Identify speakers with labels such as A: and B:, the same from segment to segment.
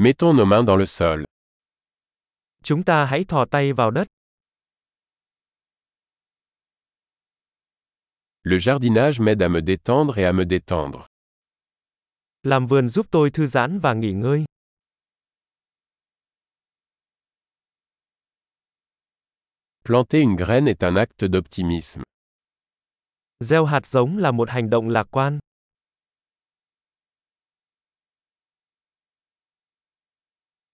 A: Mettons nos mains dans le sol.
B: Chúng ta hãy thò tay vào đất.
A: Le jardinage m'aide à me détendre et à me détendre.
B: Làm vườn giúp tôi thư giãn và nghỉ ngơi.
A: Planter une graine est un acte d'optimisme.
B: Gieo hạt giống là một hành động lạc quan.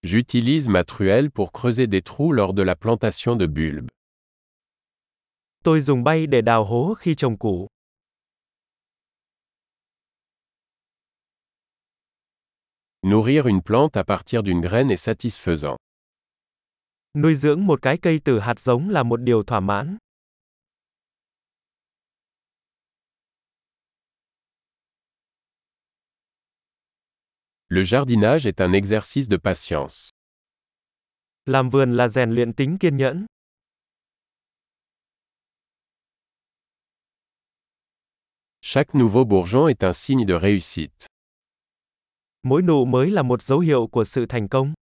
A: J'utilise ma truelle pour creuser des trous lors de la plantation de bulbes.
B: Tôi dùng bay để đào hố khi trồng củ.
A: Nourrir une plante à partir d'une graine est satisfaisant.
B: Nuôi dưỡng một cái cây từ hạt giống là một điều thỏa mãn.
A: Le jardinage est un exercice de patience.
B: Làm vườn là rèn luyện tính kiên nhẫn.
A: Chaque nouveau bourgeon est un signe de réussite.
B: Mỗi nụ mới là một dấu hiệu của sự thành công.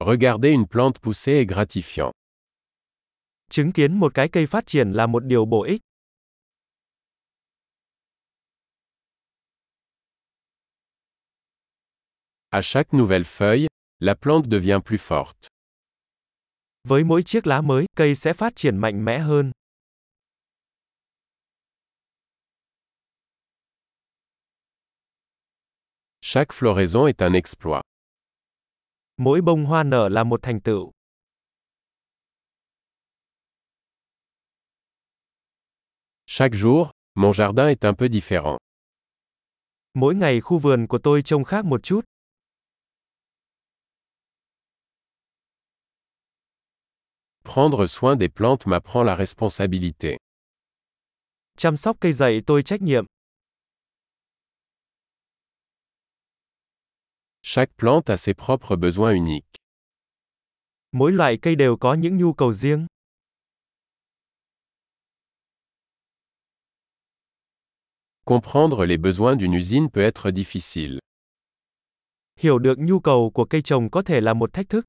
A: Regarder une plante pousser est gratifiant.
B: Chứng kiến một cái cây phát triển là một điều bổ ích.
A: À chaque nouvelle feuille, la plante devient plus forte.
B: Với mỗi chiếc lá mới, cây sẽ phát triển mạnh mẽ hơn.
A: Chaque floraison est un exploit.
B: Mỗi bông hoa nở là một thành tựu.
A: Chaque jour, mon jardin est un peu différent.
B: Mỗi ngày khu vườn của tôi trông khác một chút.
A: Prendre soin des plantes m'apprend la responsabilité.
B: Chăm sóc cây dạy tôi trách nhiệm.
A: Chaque plante a ses propres besoins uniques.
B: Mỗi loại cây đều có những nhu cầu riêng.
A: Comprendre les besoins d'une usine peut être difficile.
B: Hiểu được nhu cầu của cây trồng có thể là một thách thức.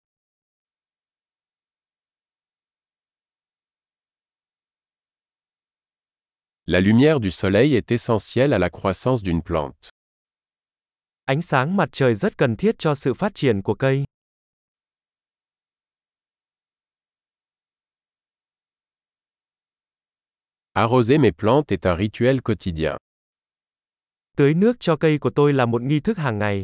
A: La lumière du soleil est essentielle à la croissance d'une plante.
B: Ánh sáng mặt trời rất cần thiết cho sự phát triển của cây.
A: Arroser mes plantes est un rituel quotidien.
B: Tưới nước cho cây của tôi là một nghi thức hàng ngày.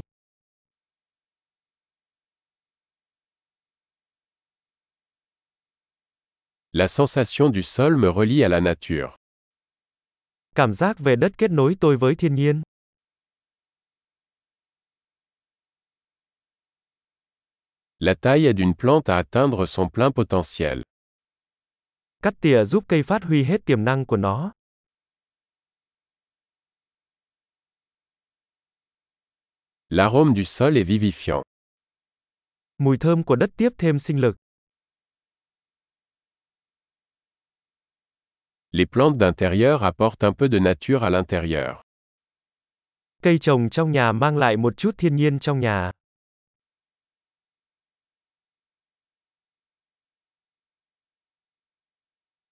A: La sensation du sol me relie à la nature.
B: Cảm giác về đất kết nối tôi với thiên nhiên.
A: La taille aide une plante à atteindre son plein potentiel.
B: Cắt tỉa giúp cây phát huy hết tiềm năng của nó.
A: L'arôme du sol est vivifiant.
B: Mùi thơm của đất tiếp thêm sinh lực.
A: Les plantes d'intérieur apportent un peu de nature à l'intérieur.
B: Cây trồng trong nhà mang lại một chút thiên nhiên trong nhà.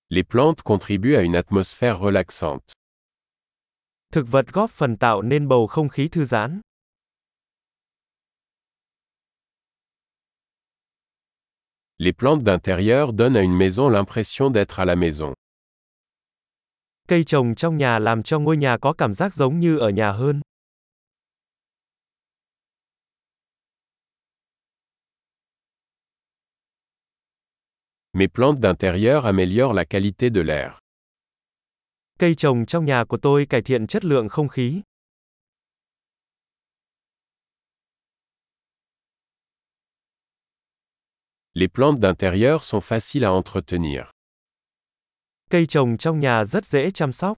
A: Les plantes contribuent à une atmosphère relaxante.
B: Thực vật góp phần tạo nên bầu không khí thư giãn.
A: Les plantes d'intérieur donnent à une maison l'impression d'être à la maison.
B: Cây trồng trong nhà làm cho ngôi nhà có cảm giác giống như ở nhà hơn.
A: Mes plantes d'intérieur améliorent la qualité de l'air.
B: Cây trồng trong nhà của tôi cải thiện chất lượng không khí.
A: Les plantes d'intérieur sont faciles à entretenir.
B: Cây trồng trong nhà rất dễ chăm sóc.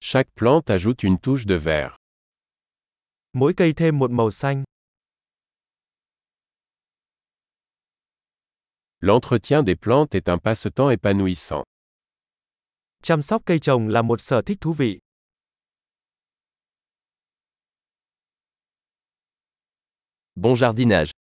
A: Chaque plante ajoute une touche de vert.
B: Mỗi cây thêm một màu xanh.
A: L'entretien des plantes est un passe-temps épanouissant.
B: Chăm sóc cây trồng là một sở thích thú vị.
A: Bon jardinage.